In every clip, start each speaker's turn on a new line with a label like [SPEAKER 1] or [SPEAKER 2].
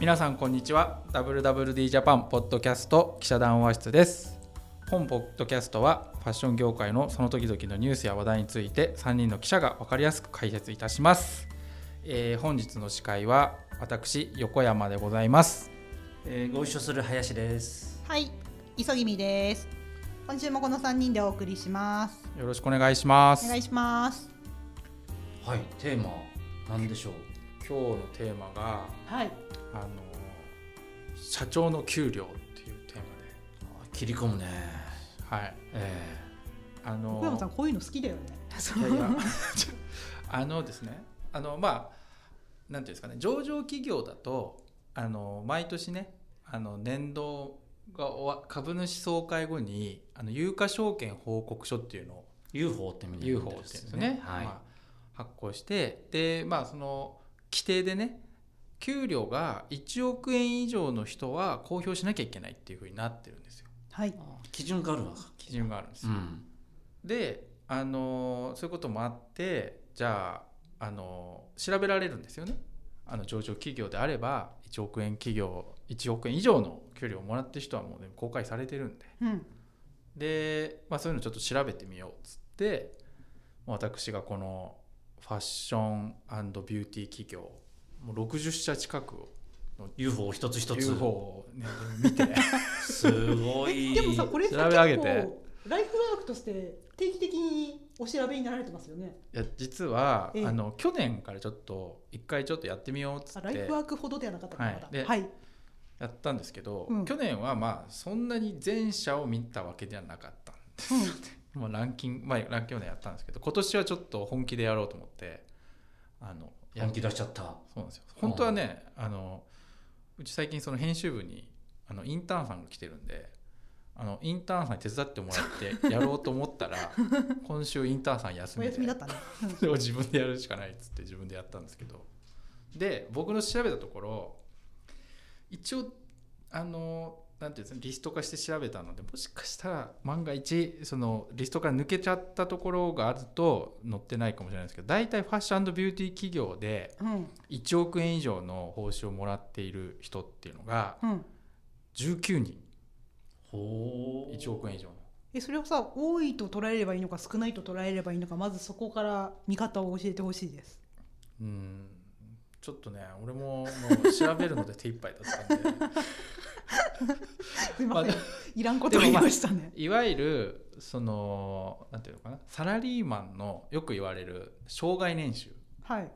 [SPEAKER 1] 皆さんこんにちは WWD ジャパンポッドキャスト記者談話室です本ポッドキャストはファッション業界のその時々のニュースや話題について3人の記者が分かりやすく解説いたします、えー本日の司会は私横山でございます
[SPEAKER 2] えーご一緒する林です。
[SPEAKER 3] はい、急ぎみです。今週もこの三人でお送りします。
[SPEAKER 1] よろしくお願いします
[SPEAKER 3] お願いします。
[SPEAKER 2] はい、テーマなんでしょう。
[SPEAKER 1] 今日のテーマが
[SPEAKER 3] はい。
[SPEAKER 1] あの社長の給料っていうテー
[SPEAKER 2] あ切り込むね。
[SPEAKER 1] マではい
[SPEAKER 2] え
[SPEAKER 1] あの
[SPEAKER 3] 小山さんこういうの好きだよね。
[SPEAKER 1] いやいやちょあのですねあのまあなんていうんですかね上場企業だとあの毎年ねあの年度が終わ株主総会後にあの有価証券報告書っていうのを
[SPEAKER 2] ー、UFO ってみんな言
[SPEAKER 1] UFO っていうんですね、
[SPEAKER 2] はい。
[SPEAKER 1] まあ、発行してでまあその規定でね給料が1億円以上の人は公表しなきゃいけないっていうふうになってるんですよ
[SPEAKER 3] はい。
[SPEAKER 2] あ基準があるわ。
[SPEAKER 1] 基準があるんです
[SPEAKER 2] う
[SPEAKER 1] よ、
[SPEAKER 2] ん。
[SPEAKER 1] であのーそういうこともあってじゃあ、あのー調べられるんですよねあの上場企業であれば1億円企業1億円以上の給料をもらってる人はもう、ね、公開されてるんで
[SPEAKER 3] うん。
[SPEAKER 1] で、まあ、そういうのちょっと調べてみようっつってもう私がこのファッションビューティー企業もう60社近くを
[SPEAKER 2] UFO を一つ一つ。
[SPEAKER 1] UFO を、ね、見 て
[SPEAKER 2] すごい。
[SPEAKER 3] でもさこれさ
[SPEAKER 1] 調べ上げて
[SPEAKER 3] 結構ライフワークとして定期的にお調べになられてますよね。
[SPEAKER 1] いや実は、
[SPEAKER 3] ええ
[SPEAKER 1] あの去年からちょっと一回ちょっとやってみようっつ
[SPEAKER 3] あ
[SPEAKER 1] っ
[SPEAKER 3] ライ
[SPEAKER 1] て
[SPEAKER 3] フワークほどではなかったか
[SPEAKER 1] はい
[SPEAKER 3] なま
[SPEAKER 1] で
[SPEAKER 3] だ。はい。
[SPEAKER 1] やったんですけど、
[SPEAKER 3] うん
[SPEAKER 1] 去年はまあそんなに全社を見たわけではなかったんで
[SPEAKER 3] うん
[SPEAKER 1] もうランキング、まあ、ランキングでやったんですけど今年はちょっと本気でやろうと思ってあのや
[SPEAKER 2] 本気出しちゃった。
[SPEAKER 1] そうなんですよ本当はねあのうち最近その編集部にあのインターンさんが来てるんであのインターンさんに手伝ってもらってやろうと思 ったら今週インターンさん休
[SPEAKER 3] お
[SPEAKER 1] みで
[SPEAKER 3] 休みだったね。う ん
[SPEAKER 1] でも自分でやるしかないっつって自分でやったんですけどで僕の調べたところ一応あのなんていうんですかリスト化して調べたのでもしかしたら万が一そのリストから抜けちゃったところがあると載ってないかもしれないですけど大体ファッションビューティー企業で
[SPEAKER 3] うん。
[SPEAKER 1] 1億円以上の報酬をもらっている人っていうのが
[SPEAKER 3] うん。
[SPEAKER 1] 19人
[SPEAKER 2] ほう。
[SPEAKER 1] 1億円以上の。
[SPEAKER 3] えそれをさ多いと捉えればいいのか少ないと捉えればいいのかまずそこから見方を教えてほしいです。
[SPEAKER 1] うんちょっとね俺ももう調べるので手一杯だったんで。
[SPEAKER 3] すい
[SPEAKER 1] まあ
[SPEAKER 3] ません。いらんこと言いましたね。
[SPEAKER 1] いわゆるそのなんていうのかなサラリーマンのよく言われる障害年収
[SPEAKER 3] はい。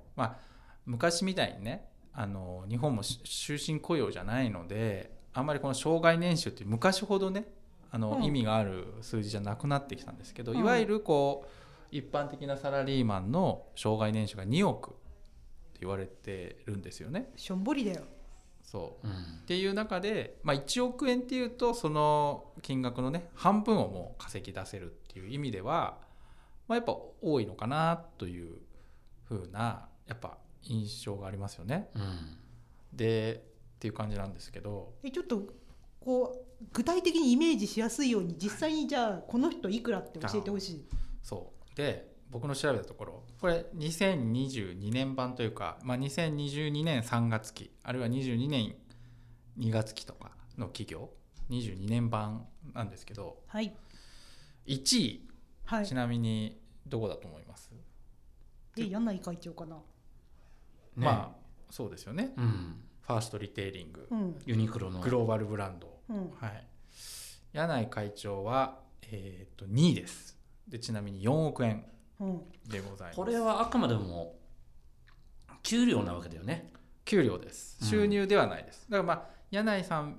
[SPEAKER 1] 昔みたいにねあの日本もし終身雇用じゃないのであんまりこの障害年収って昔ほどねあの、
[SPEAKER 3] うん
[SPEAKER 1] 意味がある数字じゃなくなってきたんですけど、
[SPEAKER 3] うん
[SPEAKER 1] いわゆるこう一般的なサラリーマンの障害年収が2億って言われてるんですよね。
[SPEAKER 3] しょんぼりだよ。
[SPEAKER 1] そう
[SPEAKER 2] うん
[SPEAKER 1] っ。ていう中で、まあ、1億円っていうとその金額のね半分をもう稼ぎ出せるっていう意味では、まあ、やっぱ多いのかなというふうなやっぱ印象がありますよね。
[SPEAKER 2] うん。
[SPEAKER 1] でっていう感じなんですけど
[SPEAKER 3] えちょっとこう具体的にイメージしやすいように実際にじゃあこの人いくらって教えてほしい。
[SPEAKER 1] そうで僕の調べたところこれ2022年版というか、まあ、2022年3月期あるいは22年2月期とかの企業22年版なんですけど
[SPEAKER 3] はい
[SPEAKER 1] 1位
[SPEAKER 3] はい
[SPEAKER 1] ち。なみにどこだと思います、
[SPEAKER 3] で柳井会長かな。
[SPEAKER 2] ま
[SPEAKER 1] まあそうですよね
[SPEAKER 2] あ。うん。
[SPEAKER 1] ファーストリテイリング、
[SPEAKER 3] うん
[SPEAKER 2] ユニクロの。
[SPEAKER 1] グローバルブランド、
[SPEAKER 3] うん。
[SPEAKER 1] はい、柳井会長は、えー、と2位ですでちなみに4億円
[SPEAKER 3] うん。
[SPEAKER 1] でございます
[SPEAKER 2] これはあくまでも給料なわけだよね。
[SPEAKER 1] 給料です
[SPEAKER 2] うん
[SPEAKER 1] 収入ではないです、だからまあ柳井さん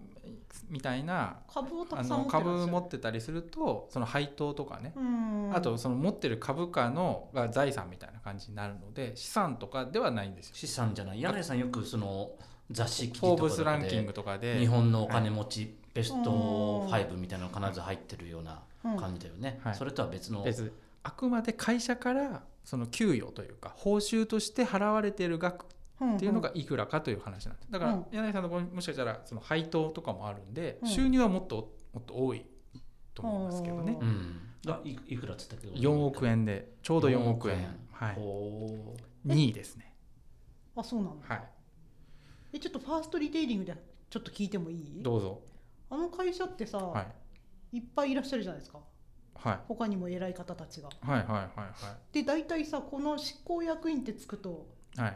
[SPEAKER 1] みたいな
[SPEAKER 3] 株をた
[SPEAKER 1] あ
[SPEAKER 3] くさん
[SPEAKER 1] の
[SPEAKER 3] 持ってらっしゃる。
[SPEAKER 1] 株持ってたりするとその配当とかね、
[SPEAKER 3] うん。
[SPEAKER 1] あとその持ってる株価のが財産みたいな感じになるので資産とかではないんですよ。
[SPEAKER 2] 資産じゃない。柳井さんよくその雑誌記事
[SPEAKER 1] フォ
[SPEAKER 2] と
[SPEAKER 1] ー
[SPEAKER 2] か
[SPEAKER 1] ブスランキン
[SPEAKER 2] で
[SPEAKER 1] グとかで
[SPEAKER 2] 日本のお金持ちベスト
[SPEAKER 3] うん
[SPEAKER 2] 5みたいなの必ず入ってるような
[SPEAKER 3] うん
[SPEAKER 2] 感じだよね、
[SPEAKER 1] はい
[SPEAKER 2] それとは別の
[SPEAKER 1] 別あくまで会社からその給与というか報酬として払われている額っていうのがいくらかという話なんですだか
[SPEAKER 3] う
[SPEAKER 1] ら
[SPEAKER 3] ん
[SPEAKER 1] 柳井さんの場合もしかしたらその配当とかもあるんで
[SPEAKER 3] うん
[SPEAKER 1] 収入はもっともっと多いと思いますけどね
[SPEAKER 3] う
[SPEAKER 2] うん、がいいくらっつったっけど
[SPEAKER 1] 4億円でちょうど4億円
[SPEAKER 2] 4億円
[SPEAKER 1] はい
[SPEAKER 2] ほ
[SPEAKER 1] 2位ですね
[SPEAKER 3] あそうなの。
[SPEAKER 1] はい
[SPEAKER 3] えちょっとファーストリテイリングでちょっと聞いてもいい
[SPEAKER 1] どうぞ
[SPEAKER 3] あの会社ってさ、
[SPEAKER 1] はい
[SPEAKER 3] い、っぱいいらっしゃるじゃないですか
[SPEAKER 1] はい
[SPEAKER 3] 他にも偉い方たちが
[SPEAKER 1] はいはいは
[SPEAKER 3] で大体さこの執行役員ってつくと
[SPEAKER 1] いは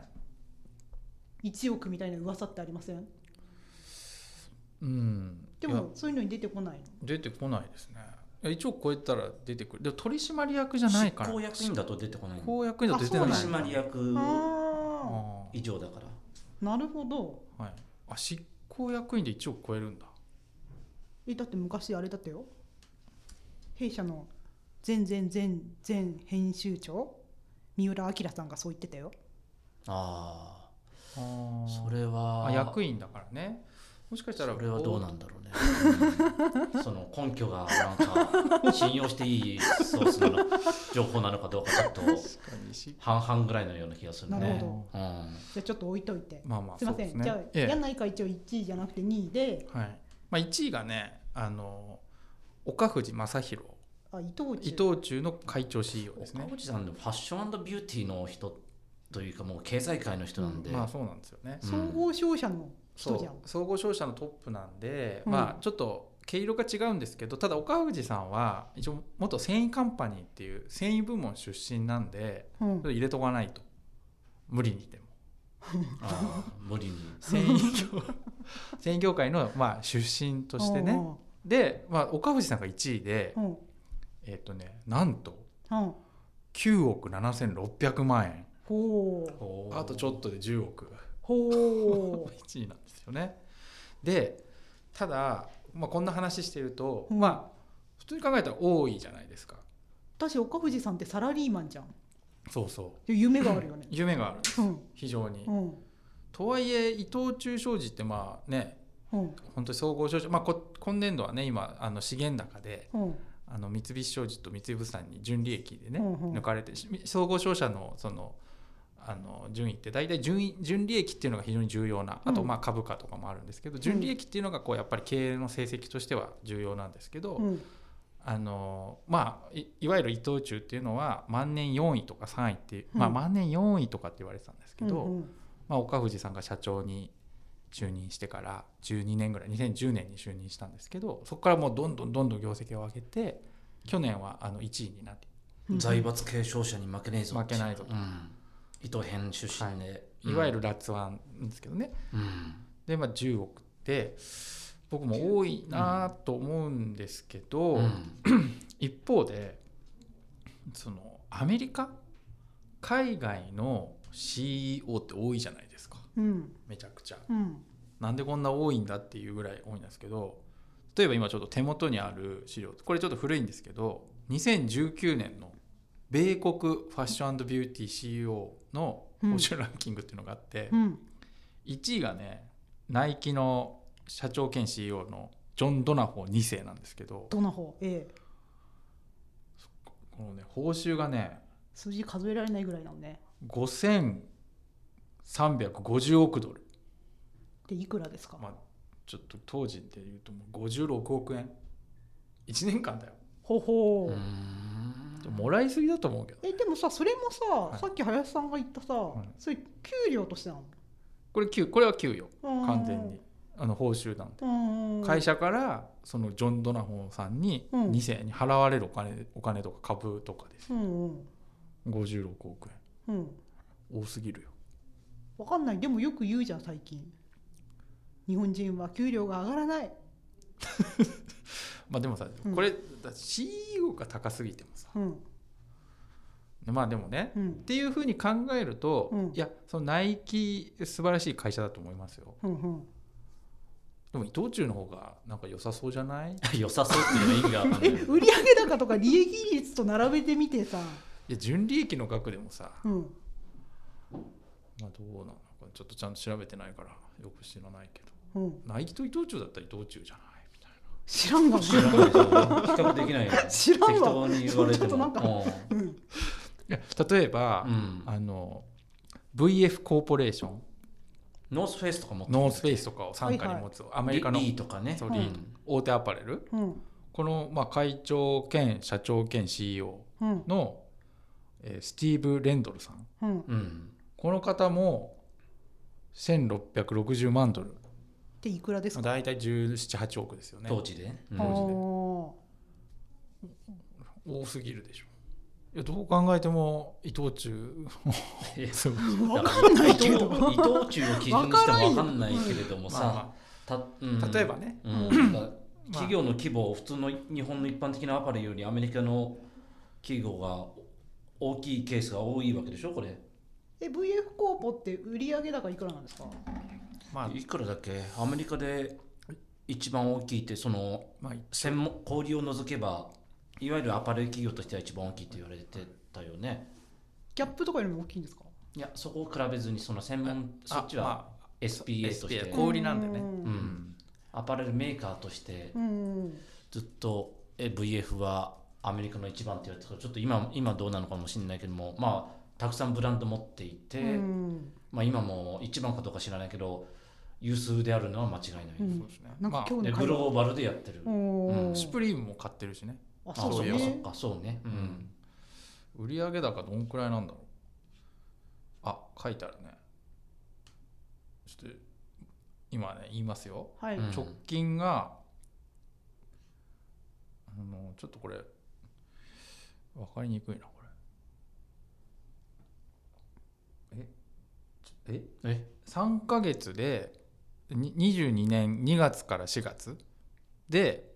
[SPEAKER 1] い
[SPEAKER 3] 1億みたいな噂ってありません
[SPEAKER 1] うん
[SPEAKER 3] で
[SPEAKER 1] いや
[SPEAKER 3] もそういうのに出てこないの
[SPEAKER 1] 出てこないですねいや一応超えたら出てくるでも取締役じゃないから
[SPEAKER 2] 執行役員だと出てこない
[SPEAKER 1] 執
[SPEAKER 2] の
[SPEAKER 1] 行役員だと出てない
[SPEAKER 2] 取
[SPEAKER 3] あそうなん
[SPEAKER 2] 締役
[SPEAKER 3] あ
[SPEAKER 1] あ
[SPEAKER 2] 以上だから
[SPEAKER 3] あなるほど
[SPEAKER 1] ーはい、あ執行役員で1億超えるんだ
[SPEAKER 3] えだって昔あれだったよ弊社の前前前前編集長三浦明さんがそう言ってたよ
[SPEAKER 2] あ
[SPEAKER 1] あ
[SPEAKER 2] あそ
[SPEAKER 1] それ
[SPEAKER 2] れは
[SPEAKER 1] あ役員だからねもしかしたら
[SPEAKER 2] それはどうな
[SPEAKER 1] こ
[SPEAKER 2] んだろうねうんその根拠がなんか信用していいソースなの情報なのかどうかちょっと
[SPEAKER 1] 確かにし
[SPEAKER 2] 半々ぐらいのような気がする
[SPEAKER 3] なる
[SPEAKER 2] ね
[SPEAKER 3] ほど
[SPEAKER 2] うん
[SPEAKER 3] じゃあちょっと置いといて
[SPEAKER 1] まあまあ
[SPEAKER 3] すいません、じゃあ、
[SPEAKER 1] ええ
[SPEAKER 3] やんないか一応1位じゃなくて2位で
[SPEAKER 1] はいまあ、1位がねあの岡藤正宏
[SPEAKER 3] あ伊藤
[SPEAKER 1] 伊
[SPEAKER 3] 忠
[SPEAKER 1] 藤忠の会長 CEO です
[SPEAKER 2] 岡
[SPEAKER 1] ね
[SPEAKER 2] 内さんでもファッションビューティーの人というかもう経済界の人なんで、
[SPEAKER 1] まあそうなんですよね、
[SPEAKER 3] 総合商社の
[SPEAKER 1] そ
[SPEAKER 3] 人じゃん、
[SPEAKER 1] う総合商社のトップなんで、
[SPEAKER 3] うん
[SPEAKER 1] まあちょっと毛色が違うんですけどただ岡藤さんは一応元繊維カンパニーっていう繊維部門出身なんで
[SPEAKER 3] うん
[SPEAKER 1] ちょっと入れとかないと無理にでも
[SPEAKER 2] あー無理に
[SPEAKER 1] 繊維 業繊維業界のまあ出身としてねで、まあ、岡藤さんが1位で
[SPEAKER 3] うんうん
[SPEAKER 1] えっ、とねなんと
[SPEAKER 3] うん
[SPEAKER 1] 9億7600万円
[SPEAKER 3] ほ う
[SPEAKER 1] あとちょっとで10億
[SPEAKER 3] ほ
[SPEAKER 1] 1位なんですよね。でただ、まあ、こんな話してると、
[SPEAKER 3] うん
[SPEAKER 1] まあ普通に考えたら多いじゃないですか。
[SPEAKER 3] う私岡藤さんってサラリーマンじゃん
[SPEAKER 1] そうそう
[SPEAKER 3] で夢があるよね
[SPEAKER 1] 夢がある
[SPEAKER 3] うん
[SPEAKER 1] 非常に。
[SPEAKER 3] うん
[SPEAKER 1] とはいえ伊藤忠商事ってまあね
[SPEAKER 3] うん
[SPEAKER 1] 本当に総合商事、まあ、こ今年度はね今あの資源高で
[SPEAKER 3] うん
[SPEAKER 1] あの三菱商事と三井物産に純利益でね、
[SPEAKER 3] うんうん
[SPEAKER 1] 抜かれてし総合商社のそのあの順位って大体純い純利益っていうのが非常に重要なあと
[SPEAKER 3] うん
[SPEAKER 1] まあ株価とかもあるんですけど、純利益っていうのがこうやっぱり経営の成績としては重要なんですけど、
[SPEAKER 3] うん
[SPEAKER 1] あのまあいいわゆる伊藤忠っていうのは万年4位とか3位っていう、まあ、
[SPEAKER 3] うん
[SPEAKER 1] 万年4位とかって言われてたんですけど、
[SPEAKER 3] うんうん
[SPEAKER 1] まあ、岡藤さんが社長に就任してから12年ぐらい2010年に就任したんですけどそこからもうどんどんどんどん業績を上げて去年はあの1位になって
[SPEAKER 3] うん
[SPEAKER 2] 財閥継承者に負けねえぞって
[SPEAKER 1] 負け
[SPEAKER 2] う
[SPEAKER 1] ないぞと
[SPEAKER 2] うん、伊藤編出身で、うん
[SPEAKER 1] いわゆるラッツワンですけどね、
[SPEAKER 2] うん
[SPEAKER 1] で、まあ、10億って僕も多いなと思うんですけど、
[SPEAKER 2] うん
[SPEAKER 1] 一方でそのアメリカ海外の CEO って多いじゃないですか
[SPEAKER 3] うん
[SPEAKER 1] めちゃくちゃ。
[SPEAKER 3] うん
[SPEAKER 1] なんでこんな多いんだっていうぐらい多いんですけど例えば今ちょっと手元にある資料これちょっと古いんですけど2019年の米国ファッションビューティー CEO の報酬ランキングっていうのがあって、
[SPEAKER 3] うん
[SPEAKER 1] 1位がねナイキの社長兼 CEO のジョン・ドナホー2世なんですけど
[SPEAKER 3] どの方ええ
[SPEAKER 1] このね報酬がね
[SPEAKER 3] 数字数えられないぐらいなのね
[SPEAKER 1] 5350億ドル、
[SPEAKER 3] でいくらですか、
[SPEAKER 1] まあ、ちょっと当時でいうともう56億円1年間だよ
[SPEAKER 3] ほほう、
[SPEAKER 2] うん
[SPEAKER 1] もらいすぎだと思うけど
[SPEAKER 3] えでもさそれもさ、
[SPEAKER 1] い
[SPEAKER 3] さっき林さんが言ったさ、
[SPEAKER 1] い
[SPEAKER 3] それ給料としてなの
[SPEAKER 1] これ給これは給与
[SPEAKER 3] うん
[SPEAKER 1] 完全にあの報酬なんで
[SPEAKER 3] うん
[SPEAKER 1] 会社からそのジョン・ドナホンさんに
[SPEAKER 3] うん
[SPEAKER 1] 2世に払われるお金お金とか株とかです
[SPEAKER 3] うんうん
[SPEAKER 1] 56億
[SPEAKER 3] うん
[SPEAKER 1] 円多すぎるよ
[SPEAKER 3] わかんないでもよく言うじゃん最近日本人は給料が上がらない
[SPEAKER 1] まあでもさ
[SPEAKER 3] うん
[SPEAKER 1] これだ CEO が高すぎてもさ
[SPEAKER 3] うん
[SPEAKER 1] まあでもね
[SPEAKER 3] う
[SPEAKER 1] っ
[SPEAKER 3] ん
[SPEAKER 1] ていうふうに考えると、
[SPEAKER 3] うん
[SPEAKER 1] いやそのナイキ素晴らしい会社だと思いますよ
[SPEAKER 3] うんうん
[SPEAKER 1] でも伊藤忠の方がなんか良さそうじゃないい
[SPEAKER 2] 良さそうっていうのが意味がわかんな
[SPEAKER 3] え
[SPEAKER 2] い
[SPEAKER 3] 売上高とか利益率と並べてみてさ、
[SPEAKER 1] や純利益の額でもさ、
[SPEAKER 3] うん、
[SPEAKER 1] まあ、どうなのかちょっとちゃんと調べてないからよく知らないけど
[SPEAKER 3] うん、
[SPEAKER 1] ナイキと伊藤忠だったら伊藤忠じゃないみたい
[SPEAKER 3] 知らんがな
[SPEAKER 2] 知らないですよ比較で きないよ
[SPEAKER 3] 知らんわ
[SPEAKER 2] 適当に言われて
[SPEAKER 3] ちょっとなん
[SPEAKER 2] も
[SPEAKER 3] かうん
[SPEAKER 1] な。例えば、
[SPEAKER 2] うんうん
[SPEAKER 1] あの VF コーポレーション
[SPEAKER 2] ノースフェイスとかも
[SPEAKER 1] ノースフェイスとかを傘下に持つ、アメリカの
[SPEAKER 2] リリーとかね
[SPEAKER 1] そう
[SPEAKER 3] リー
[SPEAKER 2] うん
[SPEAKER 1] 大手アパレル
[SPEAKER 3] うん
[SPEAKER 1] この、まあ、会長兼社長兼 CEO
[SPEAKER 3] うん
[SPEAKER 1] の、えースティーブ・レンドルさん
[SPEAKER 3] うん
[SPEAKER 2] うん
[SPEAKER 1] この方も1660万ドル
[SPEAKER 3] でいくらですか、
[SPEAKER 1] 大体178億ですよね
[SPEAKER 2] 当時でね、うん
[SPEAKER 3] あー
[SPEAKER 1] 多すぎるでしょいやどう考えても伊藤忠
[SPEAKER 2] い や
[SPEAKER 1] そう
[SPEAKER 3] わかんないけど
[SPEAKER 2] 伊藤伊藤忠を基準にしてもわかんないけれども
[SPEAKER 1] ま
[SPEAKER 2] さ、
[SPEAKER 1] あま
[SPEAKER 2] たうん
[SPEAKER 1] 例えばね
[SPEAKER 2] うんだから
[SPEAKER 1] あ
[SPEAKER 2] 企業の規模普通の日本の一般的なアパレルよりアメリカの企業が大きいケースが多いわけでしょこれ
[SPEAKER 3] え VF コーポって売上高いくらなんですか
[SPEAKER 1] まあ、
[SPEAKER 2] いくらだっけアメリカで一番大きいってその
[SPEAKER 1] まあ、
[SPEAKER 2] 専門小売を除けばいわゆるアパレル企業としては一番大きいと言われてたよね
[SPEAKER 3] ギャップとかよりも大きいんですか
[SPEAKER 2] いやそこを比べずにその専門そっちは
[SPEAKER 1] まあ
[SPEAKER 2] SPA として
[SPEAKER 1] SPA 小売りなんだよね
[SPEAKER 3] う
[SPEAKER 2] うんん、アパレルメーカーとして
[SPEAKER 3] うん
[SPEAKER 2] ずっとえ VF はアメリカの一番って言われてたからちょっと今今どうなのかもしれないけどもまあたくさんブランド持っていて、
[SPEAKER 3] うん
[SPEAKER 2] まあ、今も一番かどうか知らないけど有数であるのは間違いない、
[SPEAKER 3] うん
[SPEAKER 1] そうですね
[SPEAKER 3] なんか
[SPEAKER 1] まあ
[SPEAKER 3] 今日
[SPEAKER 2] で
[SPEAKER 3] の
[SPEAKER 2] グ
[SPEAKER 3] 会話
[SPEAKER 2] ローバルでやってる、
[SPEAKER 3] おー
[SPEAKER 2] うん
[SPEAKER 1] スプリームも買ってるしね
[SPEAKER 3] あ
[SPEAKER 2] あ
[SPEAKER 3] そう
[SPEAKER 2] そう
[SPEAKER 3] で
[SPEAKER 2] か
[SPEAKER 3] す
[SPEAKER 2] そう
[SPEAKER 3] ね
[SPEAKER 2] かそうねうん、
[SPEAKER 1] 売上高どんくらいなんだろうあ書いてあるねちょっと今ね言いますよ
[SPEAKER 3] はい、
[SPEAKER 2] うん
[SPEAKER 1] 直近が、あのちょっとこれ分かりにくいなこれえちょえ
[SPEAKER 2] え
[SPEAKER 1] 3ヶ月でに22年2月から4月で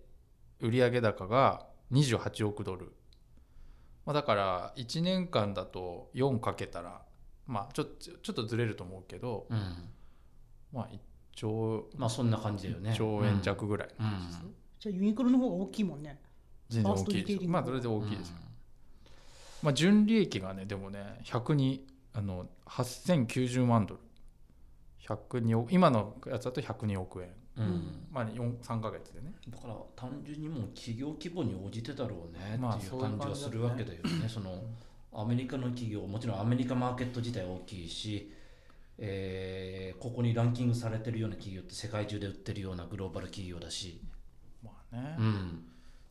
[SPEAKER 1] 売上高が28億ドル、まあ、だから1年間だと4かけたらまあちょちょちょっとずれると思うけど
[SPEAKER 2] うん、
[SPEAKER 1] まあ1兆
[SPEAKER 2] まあそんな感じだよね
[SPEAKER 1] 1兆円弱ぐらいの
[SPEAKER 2] うん
[SPEAKER 1] 感じですね、
[SPEAKER 3] じゃあユニクロの方が大きいもんね
[SPEAKER 1] 全然大きい
[SPEAKER 3] ファーストリ
[SPEAKER 1] で
[SPEAKER 3] テイ
[SPEAKER 1] す
[SPEAKER 3] リング
[SPEAKER 1] まあそれで
[SPEAKER 2] う
[SPEAKER 1] 大
[SPEAKER 2] ん
[SPEAKER 1] きいですよ、まあ純利益がねでもね100にあの8090万ドル102億今のやつだと102億円
[SPEAKER 2] うん
[SPEAKER 1] まあ、4 3ヶ月でね
[SPEAKER 2] だから単純にもう企業規模に応じてだろうね
[SPEAKER 1] まあ
[SPEAKER 2] っていう感じがするわけだよね。そのアメリカの企業もちろんアメリカマーケット自体大きいし、えーここにランキングされてるような企業って世界中で売ってるようなグローバル企業だし、
[SPEAKER 1] まあね、
[SPEAKER 2] うん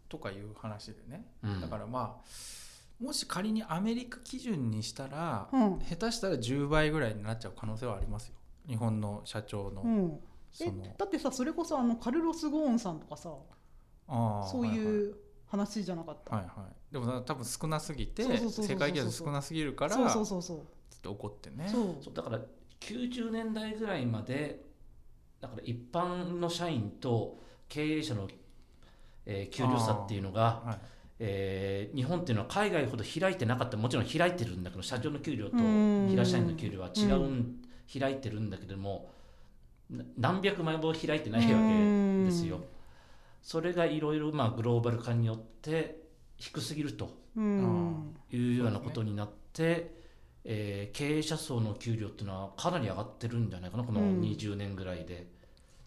[SPEAKER 1] とかいう話でね
[SPEAKER 2] うん、
[SPEAKER 1] だからまあもし仮にアメリカ基準にしたら、
[SPEAKER 3] うん
[SPEAKER 1] 下手したら10倍ぐらいになっちゃう可能性はありますよ日本の社長の、
[SPEAKER 3] うん
[SPEAKER 1] そ
[SPEAKER 3] え
[SPEAKER 1] の
[SPEAKER 3] だってさそれこそあのカルロス・ゴーンさんとかさ
[SPEAKER 1] ああ
[SPEAKER 3] そういう話じゃなかった、
[SPEAKER 1] はいはい、はいはいでも多分少なすぎて
[SPEAKER 3] そうそうそうそうそう
[SPEAKER 1] 世界経済少なすぎるから
[SPEAKER 3] そうそう
[SPEAKER 1] ちょ
[SPEAKER 3] そうそう
[SPEAKER 1] っと怒ってね
[SPEAKER 3] そう
[SPEAKER 2] そうだから90年代ぐらいまでだから一般の社員と経営者の、えー給料差っていうのが
[SPEAKER 1] はい、
[SPEAKER 2] えー日本っていうのは海外ほど開いてなかったもちろん開いてるんだけど社長の給料と
[SPEAKER 3] うん
[SPEAKER 2] 平社員の給料は違うん、開いてるんだけどもな何百枚も開いてないわけですよ。それがいろいろまあグローバル化によって低すぎると
[SPEAKER 3] うん
[SPEAKER 2] いうようなことになって、えー経営者層の給料っていうのはかなり上がってるんじゃないかなこの
[SPEAKER 3] うん
[SPEAKER 2] 20年ぐらいで。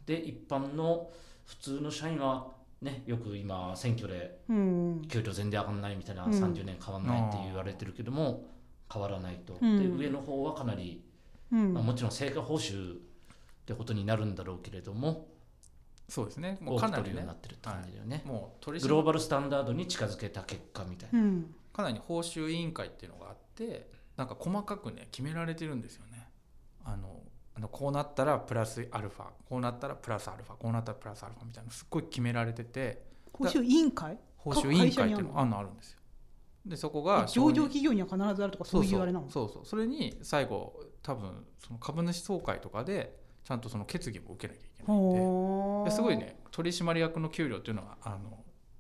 [SPEAKER 2] で一般の普通の社員はねよく今選挙で
[SPEAKER 3] うん
[SPEAKER 2] 給料全然上がんないみたいな、
[SPEAKER 3] うん
[SPEAKER 2] 30年変わんないって言われてるけども変わらないと、
[SPEAKER 3] うん
[SPEAKER 2] で上の方はかなり、
[SPEAKER 3] うん
[SPEAKER 2] まあ、もちろん成果報酬ってことになるんだろうけれども
[SPEAKER 1] そうですねも
[SPEAKER 2] 多
[SPEAKER 1] うか
[SPEAKER 2] く
[SPEAKER 1] な
[SPEAKER 2] 取る
[SPEAKER 1] り
[SPEAKER 2] よ
[SPEAKER 1] ね
[SPEAKER 2] うになってるって感じだよね、
[SPEAKER 1] もう取り
[SPEAKER 2] グローバルスタンダードに近づけた結果みたいな、
[SPEAKER 3] うん
[SPEAKER 1] かなり報酬委員会っていうのがあってなんか細かくね決められてるんですよねあのあのこうなったらプラスアルファこうなったらプラスアルファこうなったらプラスアルファみたいなのすっごい決められてて
[SPEAKER 3] 報酬委員会
[SPEAKER 1] 報酬委員会っていうのがあんのあるんですよでそこが
[SPEAKER 3] 上場
[SPEAKER 1] 承認
[SPEAKER 3] 企業には必ずあるとかそういうあれなの
[SPEAKER 1] そうそうそうそうそれに最後多分その株主総会とかでちゃんとその決議も受けなきゃいけないんで
[SPEAKER 3] ほー
[SPEAKER 1] ですごいね取締役の給料っていうのはあの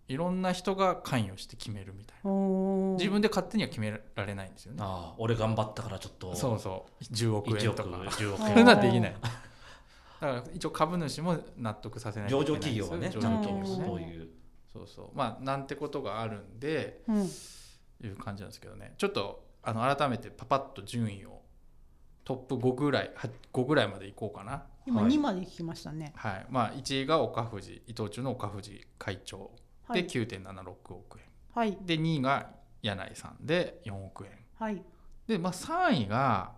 [SPEAKER 1] いろんな人が関与して決めるみたいな
[SPEAKER 3] ほー
[SPEAKER 1] 自分で勝手には決められないんですよね
[SPEAKER 2] ああ俺頑張ったからちょっと
[SPEAKER 1] そうそう10億
[SPEAKER 2] 1
[SPEAKER 1] 円
[SPEAKER 2] 億
[SPEAKER 1] とか
[SPEAKER 2] 10億
[SPEAKER 1] そ
[SPEAKER 3] あ
[SPEAKER 1] う
[SPEAKER 3] ー
[SPEAKER 1] い
[SPEAKER 2] 円
[SPEAKER 1] うのはできないだから一応株主も納得させないと
[SPEAKER 2] 上
[SPEAKER 1] いけ
[SPEAKER 2] 場
[SPEAKER 1] ないんで
[SPEAKER 2] 企
[SPEAKER 1] すよ
[SPEAKER 2] 業はねち
[SPEAKER 1] 上
[SPEAKER 2] ゃ
[SPEAKER 1] 場
[SPEAKER 2] んと
[SPEAKER 1] 企業
[SPEAKER 3] 上場
[SPEAKER 2] そう
[SPEAKER 3] 企業
[SPEAKER 2] いう、
[SPEAKER 1] そうそうまあなんてことがあるんで
[SPEAKER 3] うん
[SPEAKER 1] いう感じなんですけどねちょっとあの改めてパパッと順位をトップ5ぐらいは5ぐらいまでいこうかな
[SPEAKER 3] 今
[SPEAKER 1] はい
[SPEAKER 3] 2まで聞きましたね
[SPEAKER 1] はいまあ1位が岡藤伊藤忠の岡藤会長
[SPEAKER 3] は
[SPEAKER 1] で
[SPEAKER 3] い
[SPEAKER 1] 9.76億円、
[SPEAKER 3] はい
[SPEAKER 1] で2位が柳井さんで4億円
[SPEAKER 3] はい
[SPEAKER 1] で、まあ、3位が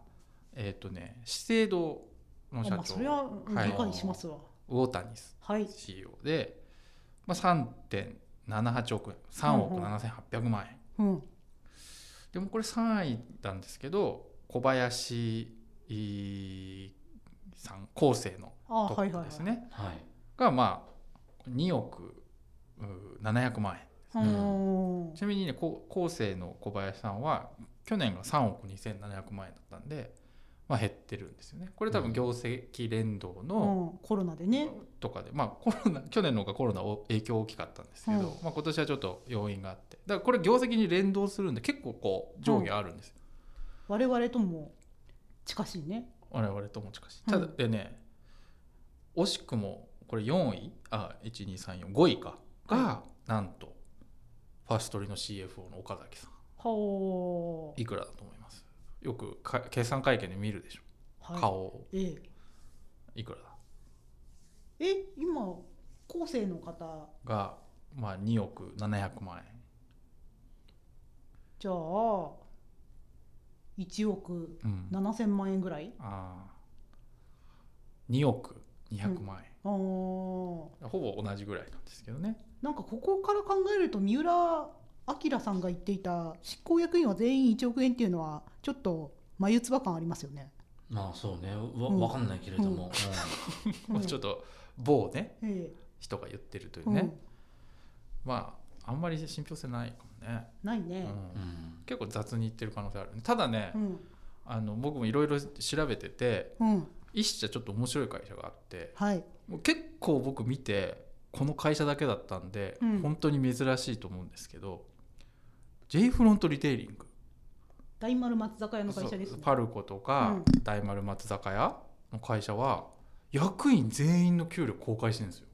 [SPEAKER 1] えっ、とね資生堂の
[SPEAKER 3] あ
[SPEAKER 1] 社
[SPEAKER 3] まあ
[SPEAKER 1] 長
[SPEAKER 3] それはうん
[SPEAKER 1] はい
[SPEAKER 3] 理解しますわ
[SPEAKER 1] 魚谷さん
[SPEAKER 3] はい
[SPEAKER 1] CEO で、まあ、3.78億円3億
[SPEAKER 3] うんうん
[SPEAKER 1] 7800万円、
[SPEAKER 3] うん
[SPEAKER 1] でもこれ3位なんですけど小林えーさん構成の
[SPEAKER 3] あ
[SPEAKER 1] ト
[SPEAKER 3] ーはい
[SPEAKER 1] ッ
[SPEAKER 3] は
[SPEAKER 1] プ
[SPEAKER 3] い
[SPEAKER 1] です
[SPEAKER 3] はい
[SPEAKER 1] ね
[SPEAKER 2] はい
[SPEAKER 1] がまあ2億うー700万円
[SPEAKER 3] うーん
[SPEAKER 1] ちなみにねこう後世の小林さんは去年が3億2700万円だったんで、まあ、減ってるんですよねこれ多
[SPEAKER 2] う
[SPEAKER 1] 分
[SPEAKER 2] ん
[SPEAKER 1] 業績連動の
[SPEAKER 3] うんコロナでね
[SPEAKER 1] とかで、まあコロナ去年の方がコロナお影響大きかったんですけど、
[SPEAKER 3] うん
[SPEAKER 1] まあ、今年はちょっと要因があってだからこれ業績に連動するんで結構こう上下あるんですよ、
[SPEAKER 3] 我々とも近しいね
[SPEAKER 1] 我々とも近し
[SPEAKER 3] う
[SPEAKER 1] た
[SPEAKER 3] ん
[SPEAKER 1] だでね惜しくもこれ4位あ12345位かが、
[SPEAKER 3] は
[SPEAKER 1] なんとファーストリの CFO の岡崎さん
[SPEAKER 3] ほう
[SPEAKER 1] いくらだと思いますよくか決算会見で見るでしょ、
[SPEAKER 3] はい
[SPEAKER 1] 顔を
[SPEAKER 3] え
[SPEAKER 1] いくらだ
[SPEAKER 3] ええ今後世の方
[SPEAKER 1] が、まあ、2億700万円
[SPEAKER 3] じゃあ1億
[SPEAKER 1] うん
[SPEAKER 3] 7000万円ぐらい
[SPEAKER 1] あー2億200万
[SPEAKER 3] あー
[SPEAKER 1] 円、ほぼ同じぐらいなんですけどね
[SPEAKER 3] なんかここから考えると三浦明さんが言っていた執行役員は全員1億円っていうのはちょっと眉唾感ありますよね。
[SPEAKER 2] まあそうねわ、
[SPEAKER 3] うん
[SPEAKER 2] わかんないけれども、うん
[SPEAKER 1] まあちょっと某ね
[SPEAKER 3] うんえ
[SPEAKER 1] 人が言ってるとい
[SPEAKER 3] え
[SPEAKER 1] うね、
[SPEAKER 3] うん
[SPEAKER 1] まああんまり信憑性ないかもね、
[SPEAKER 3] ない
[SPEAKER 1] うん
[SPEAKER 3] ね。
[SPEAKER 2] うん
[SPEAKER 1] 結構雑に言ってる可能性あるねただね、
[SPEAKER 3] うん
[SPEAKER 1] あの僕もいろいろ調べてて
[SPEAKER 3] うん
[SPEAKER 1] 一社ちょっと面白い会社があって
[SPEAKER 3] はい
[SPEAKER 1] もう結構僕見てこの会社だけだったんで、
[SPEAKER 3] うん
[SPEAKER 1] 本当に珍しいと思うんですけど J フロントリテイリング
[SPEAKER 3] 大丸松坂屋の会社です
[SPEAKER 1] そう
[SPEAKER 3] ね。
[SPEAKER 1] パルコとか、
[SPEAKER 3] う
[SPEAKER 1] 大丸松坂屋の会社は役員全員の給料公開してるんですよ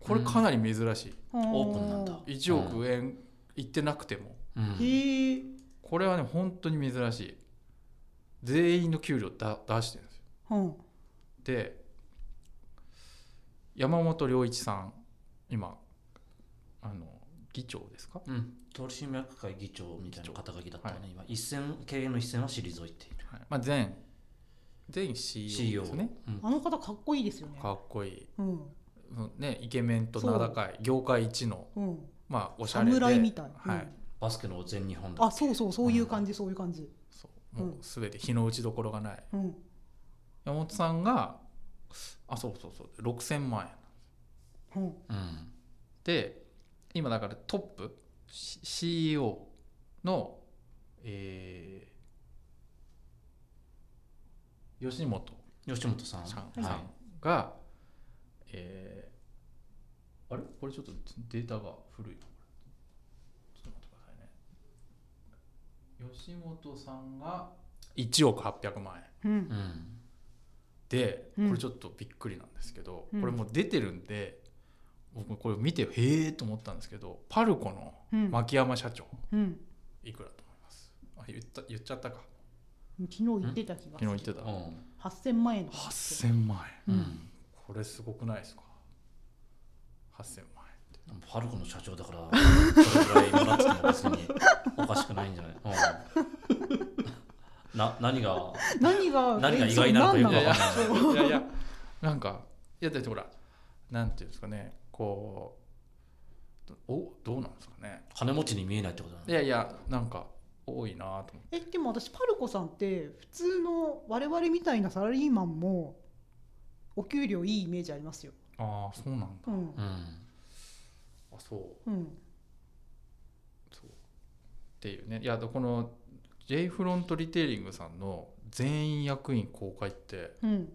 [SPEAKER 1] これかなり珍しい、
[SPEAKER 3] オ
[SPEAKER 2] オープンなんだ
[SPEAKER 1] 1億円いってなくても
[SPEAKER 2] うん
[SPEAKER 3] へえ。
[SPEAKER 1] これはね本当に珍しい全員の給料だ出してるんですよ
[SPEAKER 3] うん
[SPEAKER 1] で山本良一さん今あの議長ですか、
[SPEAKER 2] うん取締役会議長みたいな肩書きだったよね、
[SPEAKER 1] は
[SPEAKER 2] 今一線経営の一線は退いている
[SPEAKER 1] はいまあ、前前 CEO
[SPEAKER 2] CEO
[SPEAKER 1] ですね
[SPEAKER 2] うん
[SPEAKER 3] あの方かっこいいですよね。
[SPEAKER 1] かっこいい、
[SPEAKER 3] うん
[SPEAKER 1] うんね、イケメンと名高い業界一の
[SPEAKER 3] うん。
[SPEAKER 1] まあおしゃれで
[SPEAKER 3] 侍みたい。うん
[SPEAKER 1] はい、
[SPEAKER 2] バスケの全日本だ
[SPEAKER 3] あそうそうそういう感じそういう感じ。
[SPEAKER 1] そうもう全て日の打ちどころがない
[SPEAKER 3] うん
[SPEAKER 1] 山本さんがあそうそうそう6000万円
[SPEAKER 3] う
[SPEAKER 2] う
[SPEAKER 3] ん
[SPEAKER 2] ん
[SPEAKER 1] で今だからトップ、C、CEO の、えー吉本
[SPEAKER 2] 吉本さん
[SPEAKER 1] さん,、
[SPEAKER 2] はい
[SPEAKER 1] が、えーあれこれちょっとデータが古いなこれちょっと待ってくださいね吉本さんが1億800万円
[SPEAKER 3] うん
[SPEAKER 2] うん
[SPEAKER 1] でこ
[SPEAKER 3] うん
[SPEAKER 1] れちょっとびっくりなんですけど、
[SPEAKER 3] うん
[SPEAKER 1] これもう出てるんで僕これ見てへえと思ったんですけどパルコの
[SPEAKER 3] うん
[SPEAKER 1] 牧山社長
[SPEAKER 3] うん。
[SPEAKER 1] いくらと思いますあ言った言っちゃったか
[SPEAKER 3] 昨日言ってた気が
[SPEAKER 1] 昨
[SPEAKER 3] する。
[SPEAKER 1] 日言ってた
[SPEAKER 2] うん
[SPEAKER 3] 8000万円の
[SPEAKER 1] 8000万円
[SPEAKER 3] う
[SPEAKER 2] うんん
[SPEAKER 1] これすごくないですか8000万円って
[SPEAKER 2] ファルコの社長だからそれぐらいもらってても別におかしくないんじゃない、うん、な何が
[SPEAKER 3] 何が
[SPEAKER 2] 何が意外なのかよ
[SPEAKER 3] そう
[SPEAKER 1] い
[SPEAKER 2] く
[SPEAKER 1] やい
[SPEAKER 2] わか
[SPEAKER 1] やいや
[SPEAKER 2] んない
[SPEAKER 1] いやなんかいやだってほらなんていうんですかねこうどおどうなんですかね
[SPEAKER 2] 金持ちに見えないってことなの
[SPEAKER 1] いやいやなんか多いなと思って
[SPEAKER 3] えでも私パルコさんって普通の我々みたいなサラリーマンもお給料いいイメージありますよ。
[SPEAKER 1] ああそうなんだ
[SPEAKER 3] うん
[SPEAKER 2] うん
[SPEAKER 1] あそう
[SPEAKER 3] うん
[SPEAKER 1] そうっていうねいやこの J フロントリテイリングさんの全員役員公開って
[SPEAKER 3] うん